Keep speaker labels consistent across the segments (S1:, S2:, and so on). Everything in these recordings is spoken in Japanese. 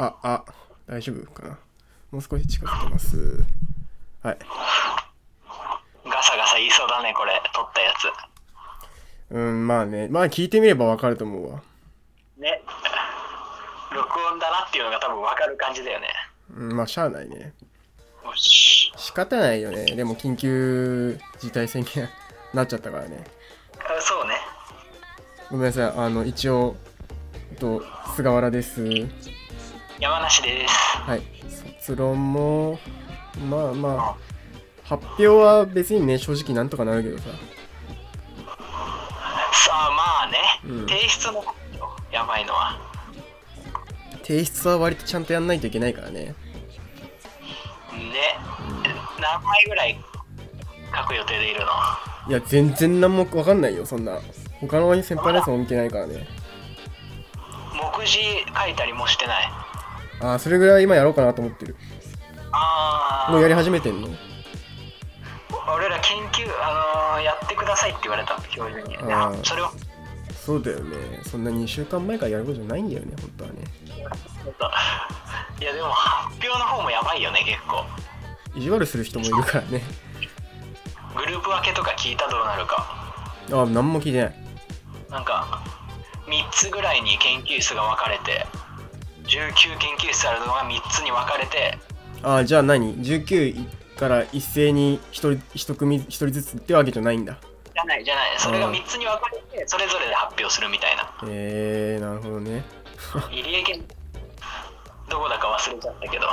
S1: あ、あ、大丈夫かな。もう少し近づけます。はい。
S2: ガサガサ言いそうだねこれ撮ったやつ
S1: うん、まあね。まあ聞いてみればわかると思うわ。
S2: ね録音だなっていうのが多分分かる感じだよね
S1: うん、まあしゃあないね。
S2: よし
S1: 仕方ないよね。でも緊急事態宣言なっちゃったからね。
S2: あそうね
S1: ごめんなさい。あの、一応、えっと、菅原です。
S2: 山梨です
S1: はい。卒論も、まあまあ、発表は別にね、正直なんとかなるけどさ。
S2: さあまあね、
S1: うん
S2: 提出のやばいのは
S1: 提出は割とちゃんとやんないといけないからね。
S2: ね何枚ぐらい書く予定でいるの
S1: いや、全然何もわかんないよ、そんな。他の先輩のやつも見てないからね。
S2: 目次書いたりもしてない
S1: ああ、それぐらい今やろうかなと思ってる。
S2: ああ
S1: もうやり始めてんの
S2: 俺ら研究あのーやってくださいって言われた教授に
S1: あー
S2: それを
S1: そうだよね。そんな2週間前からやることじゃないんだよね、本当はね。
S2: いやでも発表の方もやばいよね結構
S1: 意地悪する人もいるからね。
S2: グループ分けとか聞いたどうなるか
S1: ああ、何も聞いてない。
S2: なんか3つぐらいに研究室が分かれて19研究室あるのが3つに分かれて
S1: ああ、じゃあ何 ?19 から一斉に一人一組、一人ずつってわけじゃないんだ。
S2: じゃないじゃないそれが3つに分かれてそれぞれで発表するみたいな
S1: えー、なるほどね。
S2: 入江研どこだか忘れちゃったけど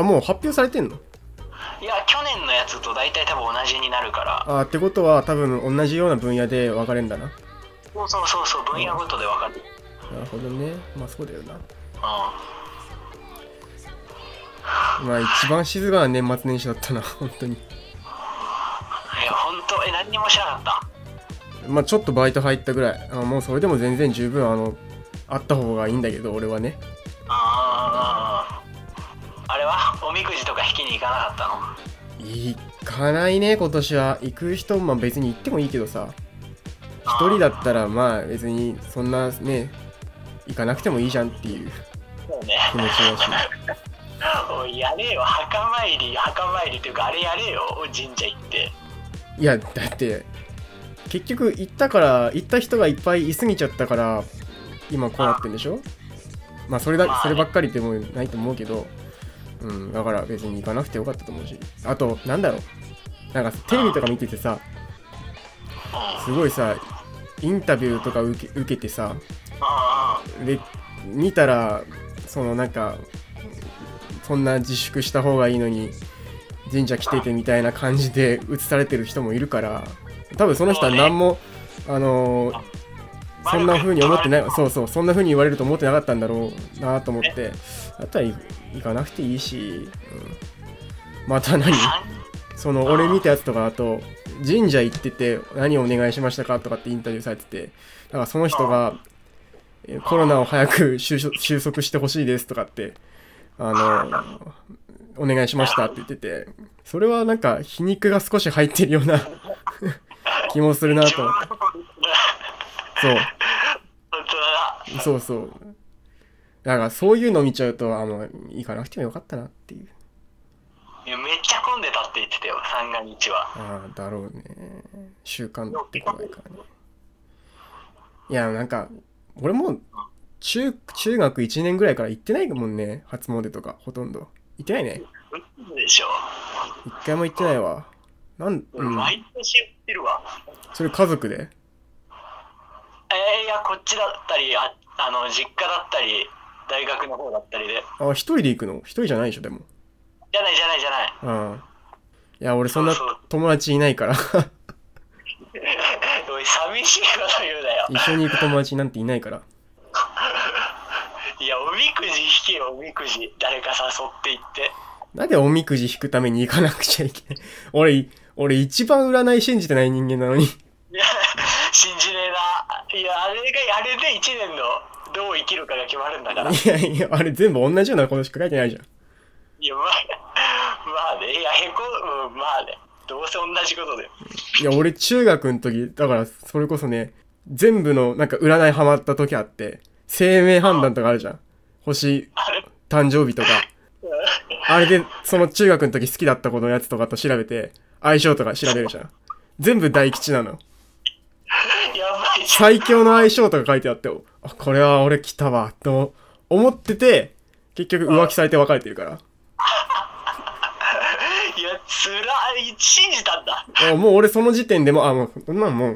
S1: あ、もう発表されてんの
S2: いや去年のやつと大体多分同じになるから
S1: ああ、ってことは多分同じような分野で分かれんだな。
S2: そうそうそうそう分野ごとで分かる
S1: なるほどね。まあそうだよな。
S2: う
S1: まあ一番静かな年末年始だったな、 本当に。
S2: んいや本当え何にもしなかった
S1: まあちょっとバイト入ったぐらい。あもうそれでも全然十分、あの、あった方がいいんだけど、俺はね。
S2: あーあれはおみくじとか引きに行かなかっ
S1: 行かないね、今年は。行く人も、まあ別に行ってもいいけどさ。一人だったら、まあ別にそんなね、行かなくてもいいじゃんっていう
S2: たのそうね
S1: 気持ちだし。
S2: おいやれよ墓参り墓参りというかあれやれよ神社行って
S1: いや、だって、結局行ったから、行った人がいっぱいいすぎちゃったから、今こうなってんでしょまあそれ
S2: まあ
S1: だ
S2: ね、
S1: そればっかりでもないと思うけど、うん、だから別に行かなくてよかったと思うし。あと、なんだろう。なんかテレビとか見ててさ、
S2: うん
S1: すごいさ、インタビューとか受け受けてさ、
S2: あ
S1: で、見たら、そのなんか、そんな自粛した方がいいのに、神社来ててみたいな感じで映されてる人もいるから、多分その人は何も、あのー
S2: あ
S1: そんな風に思ってない、
S2: 悪く
S1: そうそう、そんな風に言われると思ってなかったんだろうなと思って、あとは行行かなくていいし、うんまた何
S2: さん
S1: その俺見たやつとかだと神社行ってて何お願いしましたかとかってインタビューされててだからその人がえコロナを早く 収束収束してほしいですとかってあのお願いしましたって言っててそれはなんか皮肉が少し入ってるような 気もするな
S2: 自
S1: と
S2: 分
S1: 思
S2: の
S1: って
S2: こと本
S1: そう
S2: 当だな
S1: そうそうだからそういうの見ちゃうとあの行かなくてもよかったなっていう
S2: いやめっちゃ混んでたって言ってたよ三が日は
S1: ああだろうね習慣ってこないからねいやなんか俺も中中学1年ぐらいから行ってないもんね初詣とかほとんど行ってないね
S2: うんでしょ、
S1: 一回も行ってないわなん、う
S2: う
S1: ん、
S2: 毎年言ってるわ
S1: それ家族で
S2: えー、いやこっちだったりああの実家だったり大学の方だったりで
S1: あ一人で行くの一人じゃないでしょでも
S2: じゃないじゃないじゃない
S1: うんいや俺そんな
S2: そうそう
S1: 友達いないから
S2: おい寂しいこと言うなよ
S1: 一緒に行く友達なんていないから
S2: いやおみくじ引けよおみくじ誰か誘って行って
S1: なんでおみくじ引くために行かなくちゃいけない 俺俺一番占い信じてない人間なのに
S2: いや 信じねえないやあれがあれで1年のどう生きるかが決まるんだからい
S1: いやいや、あれ全部同じようなことしか書いてないじゃん。
S2: やまあまあねいやへこうんまあねどうせ同じこと で
S1: いや、俺中学の時、だからそれこそね、全部のなんか占いハマった時あって、生命判断とかあるじゃん。星
S2: あれ
S1: 誕生日とか、あれで、その中学の時好きだった子のやつとかと調べて、相性とか調べるじゃん。全部大吉なの。
S2: やばいじゃん。
S1: 最強の相性とか書いてあって、あ、これは俺来たわ、と思ってて、結局浮気されて別れてるから。
S2: いや、つらい。信じたんだ。
S1: いやもう俺その時点でもう、あ、もう、こんなんも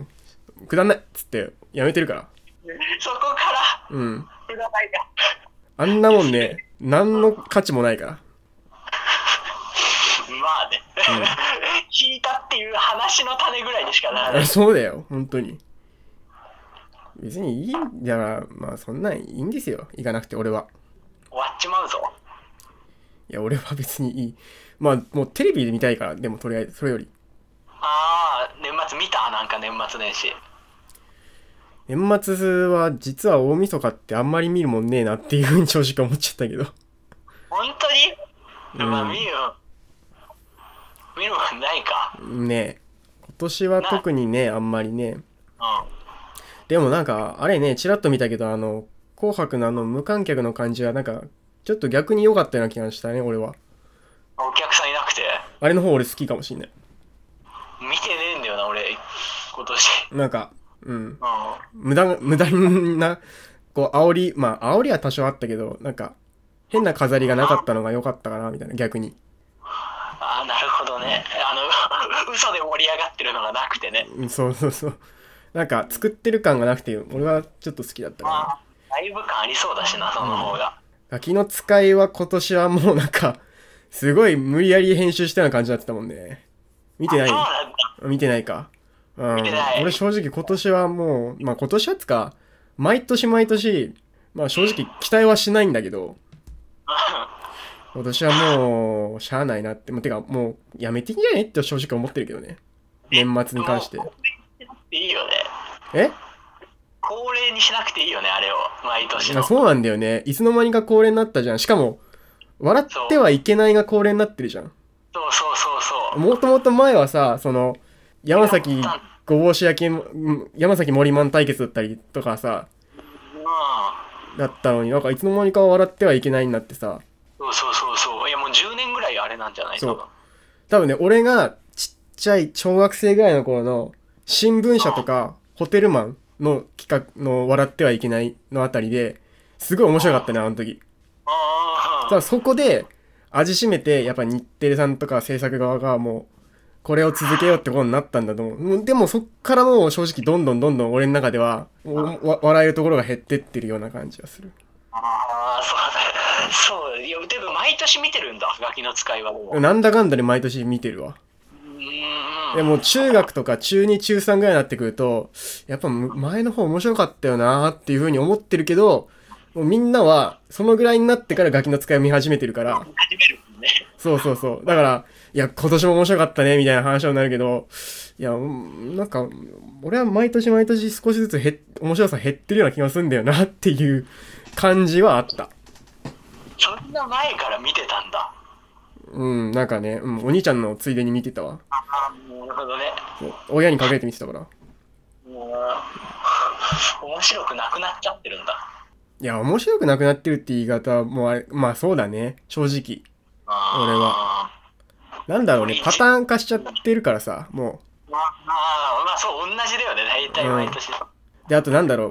S1: う、くだんないっつって、やめてるから。
S2: そこから、
S1: うん。
S2: 占いが。
S1: あんなもんね、何の価値もないから。
S2: まあね、 聞いたっていう話の種ぐらいにしかならな
S1: あ
S2: い。
S1: そうだよ、本当に。別にいいんだら、まあそんなんいいんですよ。行かなくて俺は。
S2: 終わっちまうぞ。
S1: いや、俺は別にいい。まあもうテレビで見たいから、でもとりあえず、それより。
S2: ああ、年末見たなんか年末年始。
S1: 年末は実は大晦日ってあんまり見るもんねえなっていうふうに正直思っちゃったけど。
S2: 本当
S1: う
S2: に、
S1: ん
S2: まあ見る見るもんないか。
S1: ねえ。今年は特にね、あんまりね。
S2: う
S1: でもなんか、あれね、ちらっと見たけど、あの、紅白のあの無観客の感じはなんか、ちょっと逆に良かったような気がしたね、俺は。
S2: ん。お客さんいなくて、
S1: あれの方俺好きかもしんない。
S2: 見てねえんだよな、俺、今年。
S1: なんか、うん。
S2: うん。
S1: 無駄が、無駄な、こう、煽り、まあ、煽りは多少あったけど、なんか、変な飾りがなかったのが良かったかな、みたいな、逆に。
S2: ああ、なるほどね。あの、 嘘で盛り上がってるのがなくてね。
S1: うんそうそうそう。なんか、作ってる感がなくて、俺はちょっと好きだったかな。
S2: まあ、ライブ感ありそうだしな、その方が。
S1: ガキの使いは今年はもうなんか、すごい無理やり編集したような感じになってたもんね。見てない
S2: そうなんだ。
S1: 見てないか。うん。
S2: 見てない
S1: 俺正直今年はもう、まあ今年はつか、毎年毎年、まあ正直期待はしないんだけど、今年はもう、しゃあないなって、もうてかもうやめていいんじゃねって正直思ってるけどね。年末に関して。
S2: いいよね。
S1: え
S2: 恒例にしなくていいよね、あれを。毎年
S1: まあ
S2: の。
S1: そうなんだよね。いつの間にか恒例になったじゃん。しかも、笑ってはいけないが恒例になってるじゃん。
S2: そうそうそうそう。
S1: もともと前はさ、その、山崎ごぼうし焼きも、うん山崎森マン対決だったりとかさ、
S2: うん。
S1: だったのになんかいつの間にか笑ってはいけないになってさ、
S2: そうそうそうそう。いやもう10年ぐらいあれなんじゃない
S1: そう
S2: 多分
S1: 多分ね、俺がちっちゃい小学生ぐらいの頃の新聞社とかホテルマンの企画の笑ってはいけないのあたりで、すごい面白かったね、あの時。
S2: あ
S1: さあそこで味しめてやっぱ日テレさんとか制作側がもうこれを続けようってことになったんだと思うもうでもそっからもう正直どんどんどんどん俺の中ではおわ笑えるところが減ってってるような感じがする
S2: あー、そうだ。そう。いや、でも毎年見てるんだ、ガキの使いはもう。うん。
S1: なんだかんだで毎年見てるわでも中学とか中2中3ぐらいになってくるとやっぱむ前の方面白かったよなーっていうふうに思ってるけどもうみんなはそのぐらいになってからガキの使いを見始めてるから
S2: 始めるもんね。
S1: そうそうそう。だから、いや、今年も面白かったね、みたいな話になるけど、いや、うんなんか、俺は毎年毎年少しずつ減っ、面白さ減ってるような気がするんだよな、っていう感じはあった。
S2: そんな前から見てたんだ。
S1: うん、なんかね、うん、お兄ちゃんのついでに見てたわ。
S2: あーなるほどね。
S1: そう親にかけて見てたから。
S2: もう、面白くなくなっちゃってるんだ。
S1: いや、面白くなくなってるって言い方はもうあれ、まあそうだね、正直。俺
S2: は。
S1: なんだろうね、パターン化しちゃってるからさ、も
S2: まあ、まあ、そう、同じだよね、大体毎年。
S1: う。で、あとなんだろう、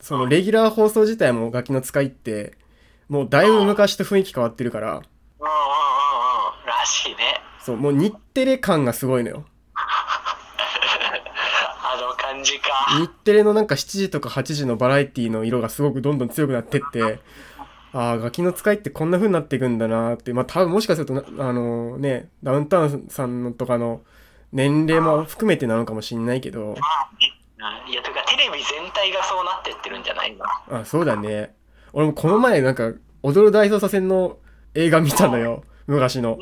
S1: そのレギュラー放送自体もガキの使いって、もうだいぶ昔と雰囲気変わってるから、
S2: うんうんうんうんらしいね
S1: そう、もう日テレ感がすごいのよ。
S2: あの感じか
S1: 日テレのなんか7時とか8時のバラエティの色がすごくどんどん強くなってって、ああ、ガキの使いってこんな風になっていくんだなーって、まあ多分もしかするとな、あのね、ダウンタウンさんのとかの年齢も含めてなのかもしんないけど、
S2: うんいやというかテレビ全体がそうなってってるんじゃないの
S1: あそうだね。俺もこの前なんか、踊る大捜査線の映画見たのよ、昔の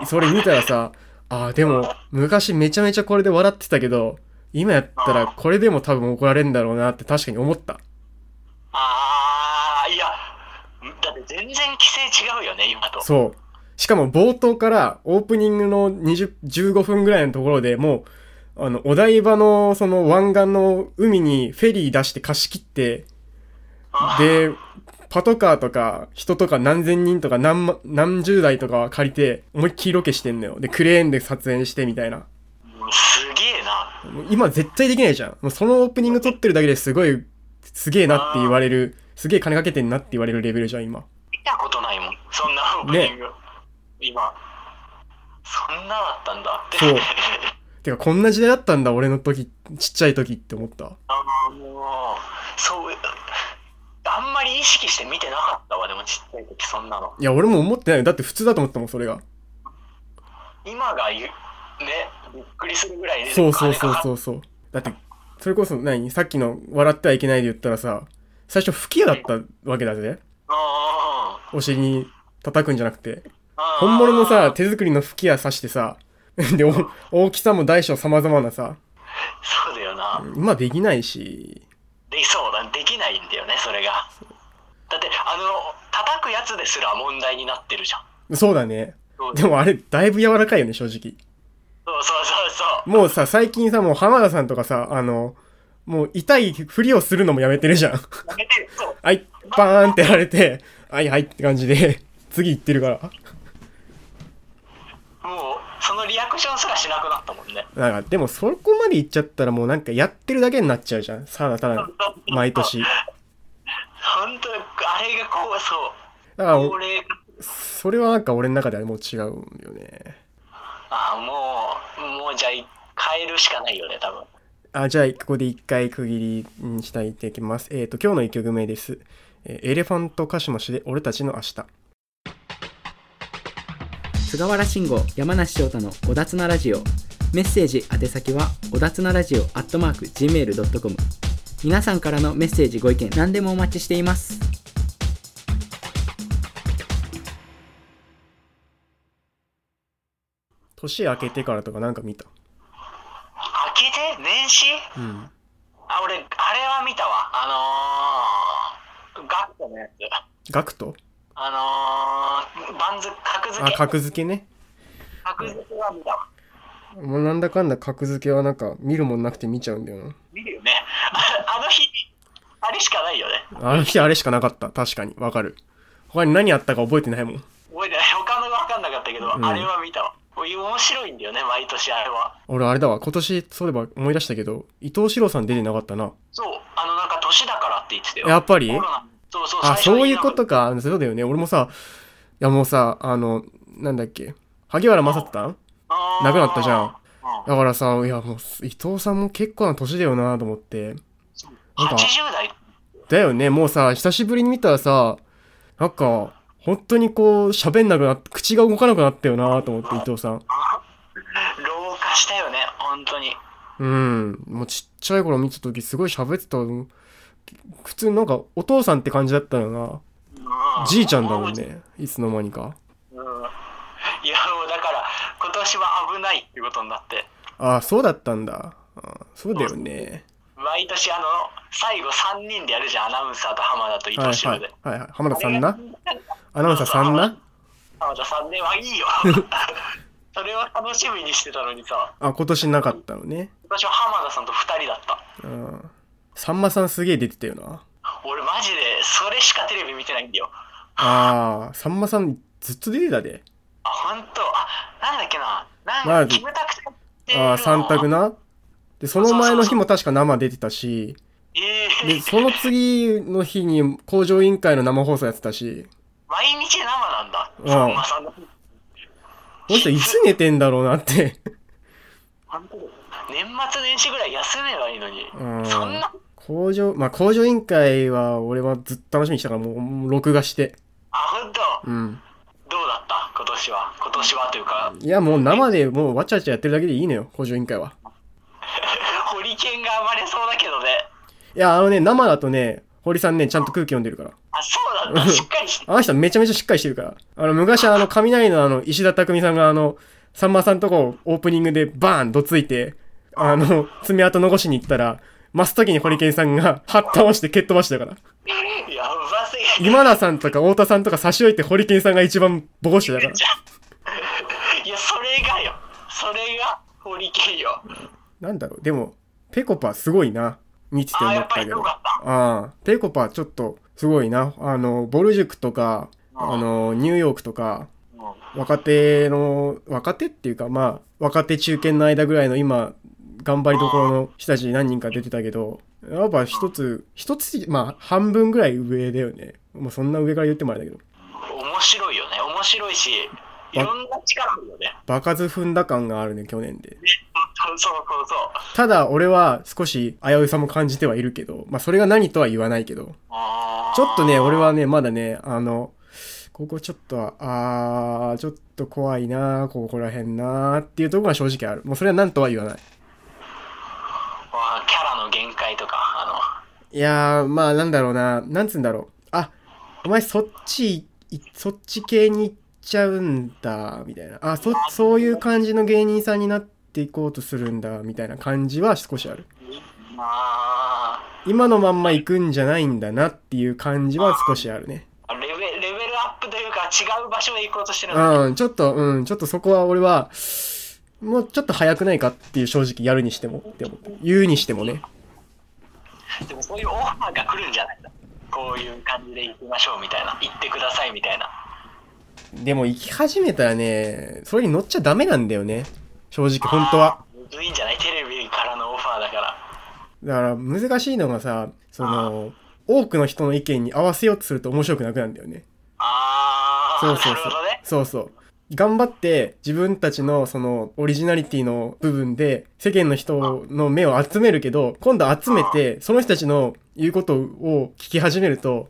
S2: う。ん
S1: それ見たらさ、ああ、でも、昔めちゃめちゃこれで笑ってたけど、今やったらこれでも多分怒られるんだろうなって確かに思った。
S2: ああいやだって全然規制違うよね今と
S1: そう。しかも冒頭からオープニングの20 15分ぐらいのところでもう、あの、お台場のその湾岸の海にフェリー出して貸し切って、
S2: あ
S1: で、パトカーとか人とか何千人とか何万何十台とか借りて思いっきりロケしてんのよ。で、クレーンで撮影してみたいな。
S2: うんすげえな
S1: もう今絶対できないじゃん。もうそのオープニング撮ってるだけですごい、すげえなって言われる、すげえ金かけてんなって言われるレベルじゃん、今。
S2: 見たことないもんそんなオープニング、今そんなだったんだって
S1: そうてか、こんな時代だったんだ、俺の時、ちっちゃい時って思った。
S2: あのもうそうあんまり意識して見てなかったわでもちっちゃい時そんなの
S1: いや、俺も思ってないよ。だって普通だと思ったもん、それが。
S2: 今がゆねびっくりするぐらいで
S1: そうそうそう
S2: 金かか
S1: そうそう。だって、それこそ何さっきの笑ってはいけないで言ったらさ、最初吹き矢だったわけだぜ。
S2: うん
S1: お尻に叩くんじゃなくて。
S2: うんうん
S1: 本物のさ、手作りの吹き矢刺してさ、 で、お大きさも大小様々なさ、
S2: そうだよな、
S1: 今できないし、
S2: でそうだできないんだよねそれがだってあの叩くやつですら問題になってるじゃん
S1: そうだね。
S2: そう
S1: でもあれ、だいぶ柔らかいよね、正直。
S2: そうそうそうそう
S1: もうさ、最近さ、もう浜田さんとかさ、あの、もう痛いふりをするのもやめてるじゃん。
S2: やめてそう
S1: はい、バーンってやられて、はいはいって感じで、次行ってるから。
S2: もうそのリアクションすらしなくなったもんね
S1: なんか、でもそこまで行っちゃったらもうなんかやってるだけになっちゃうじゃん。さだただ、毎年。だ
S2: 本当あれがこうそう
S1: からも
S2: こ
S1: う、
S2: れ
S1: それはなんか俺の中ではもう違うんだよね。
S2: あもうもうじゃあ変えるしかないよね多分
S1: あ、じゃあ、ここで一回区切りにしたいといきます。えっ、と、今日の一曲目です。えーエレファントカシマシで俺たちの明日。
S3: 菅原慎吾山梨翔太の「おだつなラジオ」メッセージ宛先はおだつなラジオ gmail.com 皆さんからのメッセージご意見何でもお待ちしています
S1: 年明けてからとかなんか見た。
S2: 開けて年始
S1: うん。
S2: あ俺あれは見たわあのー、ガットのやつ
S1: ガクト
S2: あのー、バンズ格付
S1: あ、
S2: け
S1: 格付けね。
S2: 格付けは見たわ
S1: もうなんだかんだ格付けはなんか見るもんなくて見ちゃうんだよな。
S2: 見るよねああの日あれしかないよね
S1: あの日あれしかなかった。確かに。わかる。他に何あったか覚えてないもん。
S2: 覚えてない他のが分かんなかったけど、
S1: うん
S2: あれは見たわおい面白いんだよね毎年あれは
S1: 俺あれだわ。今年、そういえば思い出したけど、伊藤四郎さん出てなかったな。
S2: そうあのなんか年だからって言ってたよ
S1: やっぱり
S2: コロナそうそう
S1: あ、
S2: 最初
S1: そう
S2: に
S1: い
S2: 言
S1: うことか。そうだよね。俺もさ、いやもうさ、あの、なんだっけ。萩原正人さん
S2: あー
S1: 亡くなったじゃん
S2: う
S1: だからさ、いやもう、伊藤さんも結構な年だよなと思って。
S2: ん、
S1: なんか
S2: 80代
S1: だよね、もうさ、久しぶりに見たらさ、なんか、本当にこう、喋んなくなって、口が動かなくなったよなと思って、伊藤さん。
S2: 老化したよね本当に
S1: うん。もうちっちゃい頃見てた時、すごい喋ってた。普通になんか、お父さんって感じだったよな。
S2: う
S1: じいちゃんだもんね。いつの間にか。
S2: うんいやもうだから今年は危ないってことになって
S1: ああ、そうだったんだ。あーそうだよね。
S2: 毎年あの最後3人でやるじゃんアナウンサーと浜田と伊
S1: はい
S2: 藤
S1: は
S2: 城
S1: い
S2: で、。
S1: はいはい。浜田さん
S2: あ
S1: な
S2: れ。が
S1: アナウンサーさんな。
S2: 浜田さんではいいよ それを楽しみにしてたのにさ
S1: あ、今年なかったのね。
S2: 今年は浜田さんと2人だっ
S1: う
S2: た
S1: ん。さんまさんすげえ出てたよな。
S2: 俺マジでそれしかテレビ見てないんだよ
S1: ああ、さんまさんずっと出てたで。
S2: あ本当あなんだっけな
S1: ま
S2: な
S1: あ
S2: んかキムタクさんっていうの
S1: ああ、三択な。で、その前の日も確か生出てたし、
S2: ええ
S1: で、その次の日に工場委員会の生放送やってたし、
S2: 毎日生なんだ。
S1: うん
S2: さんまさんの
S1: この人いつ寝てんだろうなって。
S2: 年末年始ぐらい休めばいいのに。
S1: うん
S2: そんな、
S1: 工場、まあ工場委員会は俺はずっと楽しみにしたからもうもう録画して。
S2: あ、本当
S1: うん。
S2: どうだった今年は。今年はというか、
S1: いやもう生でもうわちゃわちゃやってるだけでいいのよ、工場委員会は。
S2: ホリケンが暴れそうだけどね。
S1: いや、あのね、生だとね、堀さんね、ちゃんと空気読んでるから。
S2: あ、そ うなんだ。しっかりして。
S1: あの人めちゃめちゃしっかりしてるから。あの、昔あの、雷のあの、石田匠さんがあの、さんまさんとこをオープニングでバーンどついて、あの、爪痕残しに行ったら、真す時にホリケンさんが、はっ倒して蹴っ飛ばしたから。
S2: やばすぎる。
S1: 今田さんとか太田さんとか差し置いてホリケンさんが一番ボコしてたから。
S2: いや、それがよ。それがホリケンよ。
S1: なんだろう、でも、ぺこぱすごいな。見てて
S2: ああ、
S1: 思
S2: や
S1: っ
S2: っぱ
S1: た
S2: り
S1: け
S2: 良
S1: ど。
S2: かった。
S1: ああ、ペコパちょっとすごいな。あの、ボル塾とか、
S2: うん
S1: あの、ニューヨークとか、
S2: うん
S1: 若手の、若手っていうか、まあ、若手中堅の間ぐらいの今、頑張りどころの人たち何人か出てたけど、やっぱ一つ、一つ、まあ、半分ぐらい上だよね。もうそんな上から言ってもあれだけど。
S2: 面白いよね。面白いし、いろんな力あるよね。
S1: 場数踏んだ感があるね、去年で。
S2: そうそうそうそう。
S1: ただ、俺は少し危うさも感じてはいるけど、まあ、それが何とは言わないけど。
S2: あー
S1: ちょっとね、俺はね、まだね、あの、ここちょっと、あー、ちょっと怖いなここら辺なーっていうところが正直ある。もうそれは何とは言わない。
S2: あーキャラの限界とか、あ
S1: いやー、まあなんだろうな、なんつうんだろう。あ、お前そっち、いそっち系に行っちゃうんだ、みたいな。あ、そ、そういう感じの芸人さんになっていこうとするんだ、みたいな感じは少しある。
S2: の、まあ、
S1: 今のまんま行くんじゃないんだなっていう感じは少しあるね。
S2: レベレベルアップというか、違う場所へ行こうとしてるの
S1: うん、ちょっと、うん、ちょっとそこは俺は、もうちょっと早くないかっていう正直やるにしてもって思って、言うにしてもね。
S2: でもそういうオファーが来るんじゃないのこういう感じで行きましょうみたいな、行ってくださいみたいな。
S1: でも行き始めたらね、それに乗っちゃダメなんだよね。正直、本当は。
S2: あー。むずいんじゃないテレビからのオファーだから。
S1: だから難しいのがさ、その、多くの人の意見に合わせようとすると面白くなくなるんだよね。
S2: ああ、
S1: そうそう
S2: な
S1: そ
S2: る
S1: う
S2: ほどね。。
S1: そうそう。頑張って自分たちのそのオリジナリティの部分で世間の人の目を集めるけど、今度集めてその人たちの言うことを聞き始めると、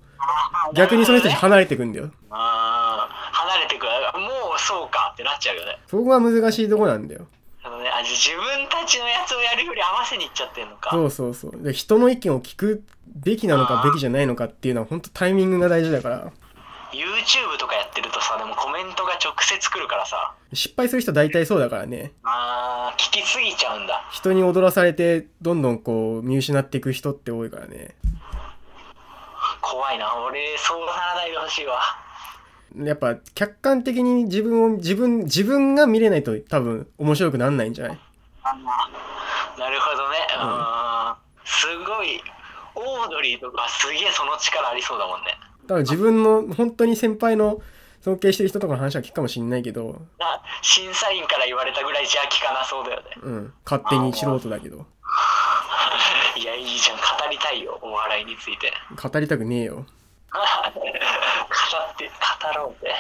S1: 逆にその人たち
S2: あー
S1: 離れてくんだよ。
S2: 離れてくる。もうそうかってなっちゃうよね。
S1: そこが難しいとこなんだよ。
S2: あのね、あ自分たちのやつをやるより合わせにいっちゃってんのか。
S1: そうそうそう。で人の意見を聞くべきなのか
S2: あー
S1: べきじゃないのかっていうのは本当タイミングが大事だから、
S2: YouTube とかやってるとさ、でもコメントが直接来るからさ、
S1: 失敗する人大体そうだからね。
S2: あー、聞きすぎちゃうんだ。
S1: 人に踊らされてどんどんこう見失っていく人って多いからね。
S2: 怖いな。俺、そうならないでほしいわ。
S1: やっぱ客観的に自分を自分自分が見れないと多分面白くなんないんじゃない
S2: あなるほどね。うーん。すごい。オードリーとかすげえその力ありそうだもんね。
S1: 多分自分の本当に先輩の尊敬してる人とかの話は聞くかもしんないけど、
S2: な審査員から言われたぐらいじゃ聞かなそうだよね。
S1: うん、勝手に素人だけど
S2: いや、いいじゃん。語りたいよ。お笑いについて。
S1: 語りたくねえよ
S2: 語って、語ろうぜ。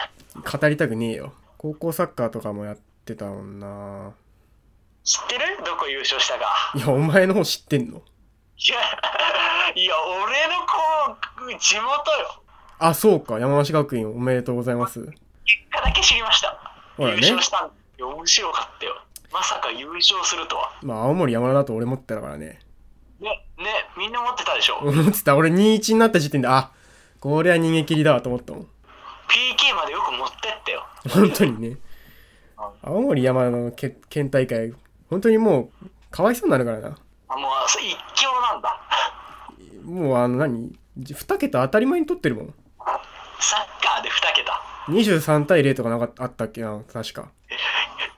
S1: 語りたくねえよ高校サッカーとかもやってたもんな
S2: 知ってるどこ優勝したか。
S1: いやお前の方知ってんの
S2: いや、いや俺の子、地元よ。
S1: あそうか山梨学院おめでとうございます
S2: 結果だけ知りました。
S1: ほらね
S2: 優勝したんいや面白かったよ。まさか優勝するとは。
S1: まあ青森山田だと俺持ってたからね
S2: ね、ね、みんな持ってたでしょ。
S1: 俺持ってた俺21になった時点であこりゃ逃げ切りだわと思ったもん
S2: PK までよく持ってってよ。
S1: 本当にね青森山田のけ県大会本当にもうかわいそうになるからな
S2: あもうあそう一強なんだ。
S1: もうあの何2桁当たり前に取ってるもん
S2: サッカーで2桁。
S1: 23対0とかなかったあったっけな確か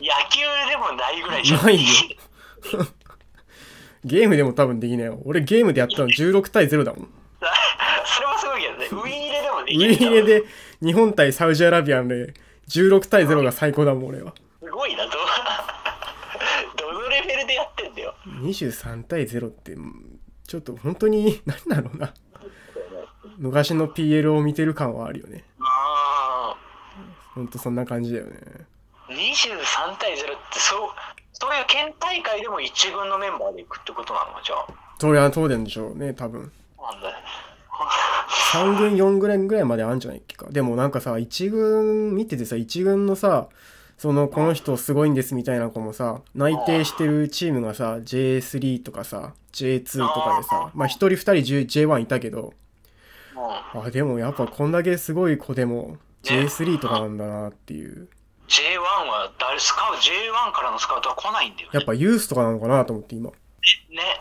S2: 野球でもないぐらいじゃん。
S1: ないよ ゲームでも多分できないよ俺ゲームでやったの16対0だもん
S2: それもすごいけどね。ウィー入れでもで
S1: ウ
S2: き
S1: ィ
S2: る
S1: ー
S2: から。
S1: レで日本対サウジアラビアンで16対0が最高だもん俺は
S2: すごいな、ど、 どのレベルでやってんだよ。
S1: 23対0ってうんちょっと本当に 何だろうな昔の PL を見てる感はあるよね
S2: あ
S1: ほんとそんな感じだよね
S2: ー23対0って、そう、そういう県大会でも一軍のメンバーでいくってことなのじゃ
S1: そりゃそうなんでしょうね多分
S2: あ。なんだね。
S1: 3軍4軍ぐらいまであんじゃないっけかでもなんかさ1軍見ててさ1軍のさそのこの人すごいんですみたいな子もさ内定してるチームがさ J3 とかさ J2 とかでさまあ1人2人 J- J1 いたけど
S2: もうん
S1: あでもやっぱこんだけすごい子でも J3 とかなんだなっていう
S2: J1 は誰スカウ J1 からのスカウトは来ないんだよね
S1: やっぱユースとかなのかなと思って今
S2: ね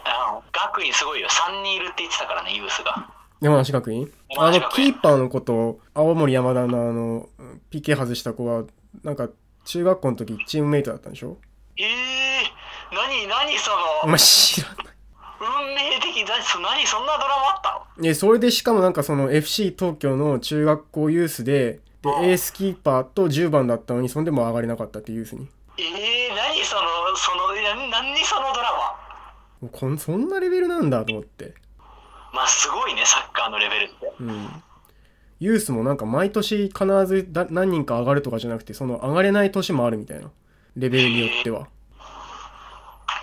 S2: あの学院すごいよ3人いるって言ってたからねユースが
S1: 山梨学院あ
S2: 山梨
S1: の
S2: 学
S1: キ
S2: 院
S1: ーパーの子と青森山田のあの PK 外した子はなんか中学校の時チームメイトだったんでしょ
S2: ええー、何何そ
S1: お
S2: の
S1: 前知らない
S2: 運命的だそ何そんなドラマあったの
S1: でそれでしかもなんかその FC 東京の中学校ユースででエースキーパーと10番だったのにそんでも上がれなかったっていうユースに
S2: ええー、何そのそのいや何そのドラマ
S1: もうこんそんなレベルなんだと思って、
S2: まあすごいねサッカーのレベルって
S1: うん、ユースもなんか毎年必ずだ何人か上がるとかじゃなくてその上がれない年もあるみたいなレベルによっては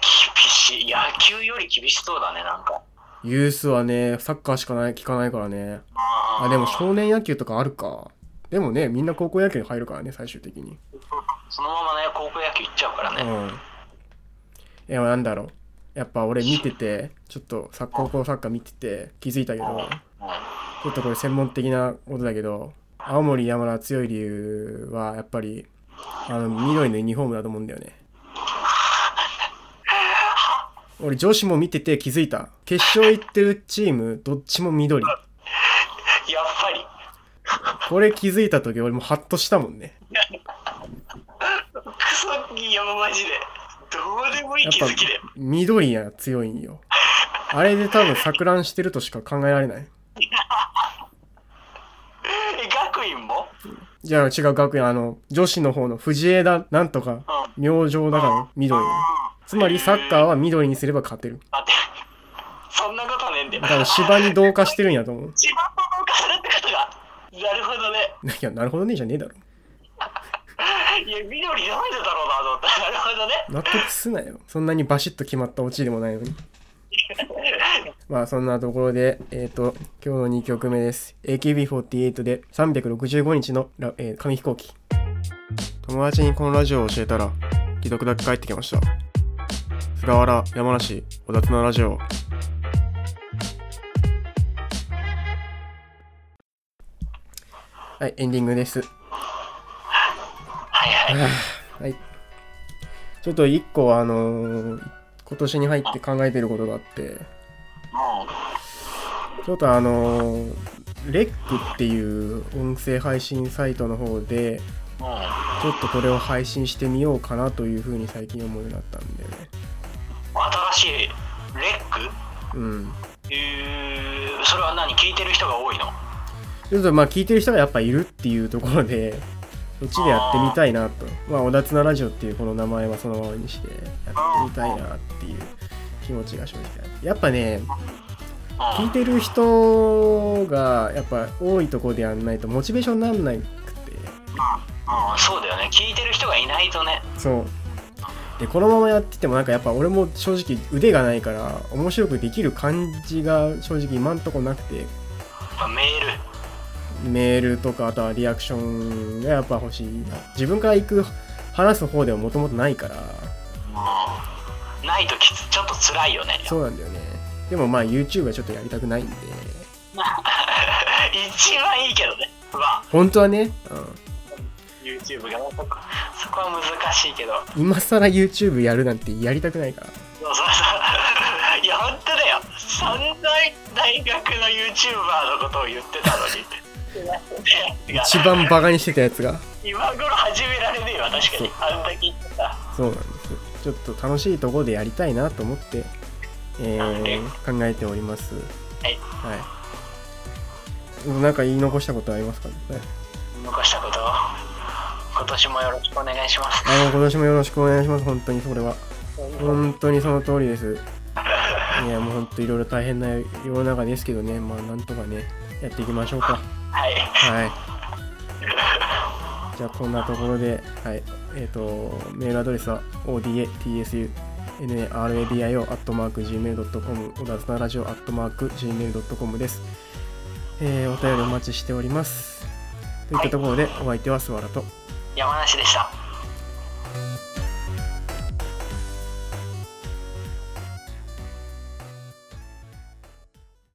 S2: 厳しい野球より厳しそうだねなんか
S1: ユースはねサッカーしかない聞かないからね
S2: あー
S1: あでも少年野球とかあるかでもねみんな高校野球に入るからね最終的に
S2: そのままね高校野球行っちゃうから
S1: う
S2: ね、
S1: んいやなんだろうやっぱ俺見ててちょっとさ高校サッカー見てて気づいたけど
S2: うん
S1: ちょっとこれ専門的なことだけど青森山田強い理由はやっぱりあの緑のユニフォームだと思うんだよね俺女子も見てて気づいた決勝行ってるチームどっちも緑
S2: やっぱり
S1: これ気づいた時俺もハッとしたもんね
S2: クソいやマジでどうでもいい
S1: やっ
S2: 気
S1: ぱ
S2: づきで
S1: 緑が強いんよあれで多分錯乱してるとしか考えられない
S2: え学院も
S1: じゃあ違う学園あの女子の方の藤枝なんとか明星だから緑つまりサッカーは緑にすれば勝てる
S2: あてそんなことねえんだよ
S1: だから芝に同化してるんやと思う
S2: 自分を動かするってことがなるほどね
S1: いやなるほどねじゃねえだろ
S2: いや緑なんでだろうなと思ったなるほどね
S1: 納得すなよそんなにバシッと決まったオチでもないのにまあそんなところでえっ、と今日の2曲目です AKB48 で365日のラ、えー紙飛行機友達にこのラジオを教えたら既読だけ帰ってきました菅原山梨小田のラジオはいエンディングです
S2: はいは い
S1: はい。ちょっと一個、あのー今年に入って考えてることがあって、
S2: もう
S1: ちょっとあのーレックっていう音声配信サイトの方で、
S2: もう
S1: ちょっとこれを配信してみようかなというふうに最近思うようになったんだよね。
S2: 新しいレック
S1: うん。
S2: えー、それは何聞いてる人が多いの
S1: ちょっとまあ聞いてる人がやっぱいるっていうところで、 そっちでやってみたいなと。まあ、おだつなラジオっていうこの名前はそのままにして、やってみたいなっていう気持ちが正直ある。やっぱね、聞いてる人がやっぱ多いところでやんないとモチベーションになんなくて
S2: うん、うん、そうだよね聞いてる人がいないとね
S1: そうでこのままやっててもなんかやっぱ俺も正直腕がないから面白くできる感じが正直今んとこなくて
S2: やっぱメール
S1: メールとかあとはリアクションがやっぱ欲しいな自分から行く話す方ではもともとないから
S2: うんないときつちょっと辛いよね
S1: そうなんだよねでもまあ YouTube はちょっとやりたくないんで
S2: 一番いいけどねうわ
S1: 本当はね、
S2: YouTube がそこそこは難しいけど
S1: うん、今更 YouTube やるなんてやりたくないから
S2: そうそうそうい や本当だよそんな大学の YouTuber のことを言ってたのに い や
S1: 一番バカにしてたやつが
S2: 今頃始められねえわ確かにあんだけ言ってた
S1: そうなんですよちょっと楽しいところでやりたいなと思って、えー考えております
S2: はい
S1: はいなんか言い残したことありますかね
S2: 残したことを今年もよろしくお願いします
S1: あの今年もよろしくお願いします本当にそれは本当にその通りです いやもう本当いろいろ大変な世の中ですけどねまあなんとかねやっていきましょうか
S2: はい
S1: はいじゃあこんなところではいえっ、とメールアドレスは odatsu naradio アットマーク gmail.com 小田綱ラジオアットマーク gmail.com です、えーお便りお待ちしておりますといったところでお相手はスワラと
S2: 山梨でした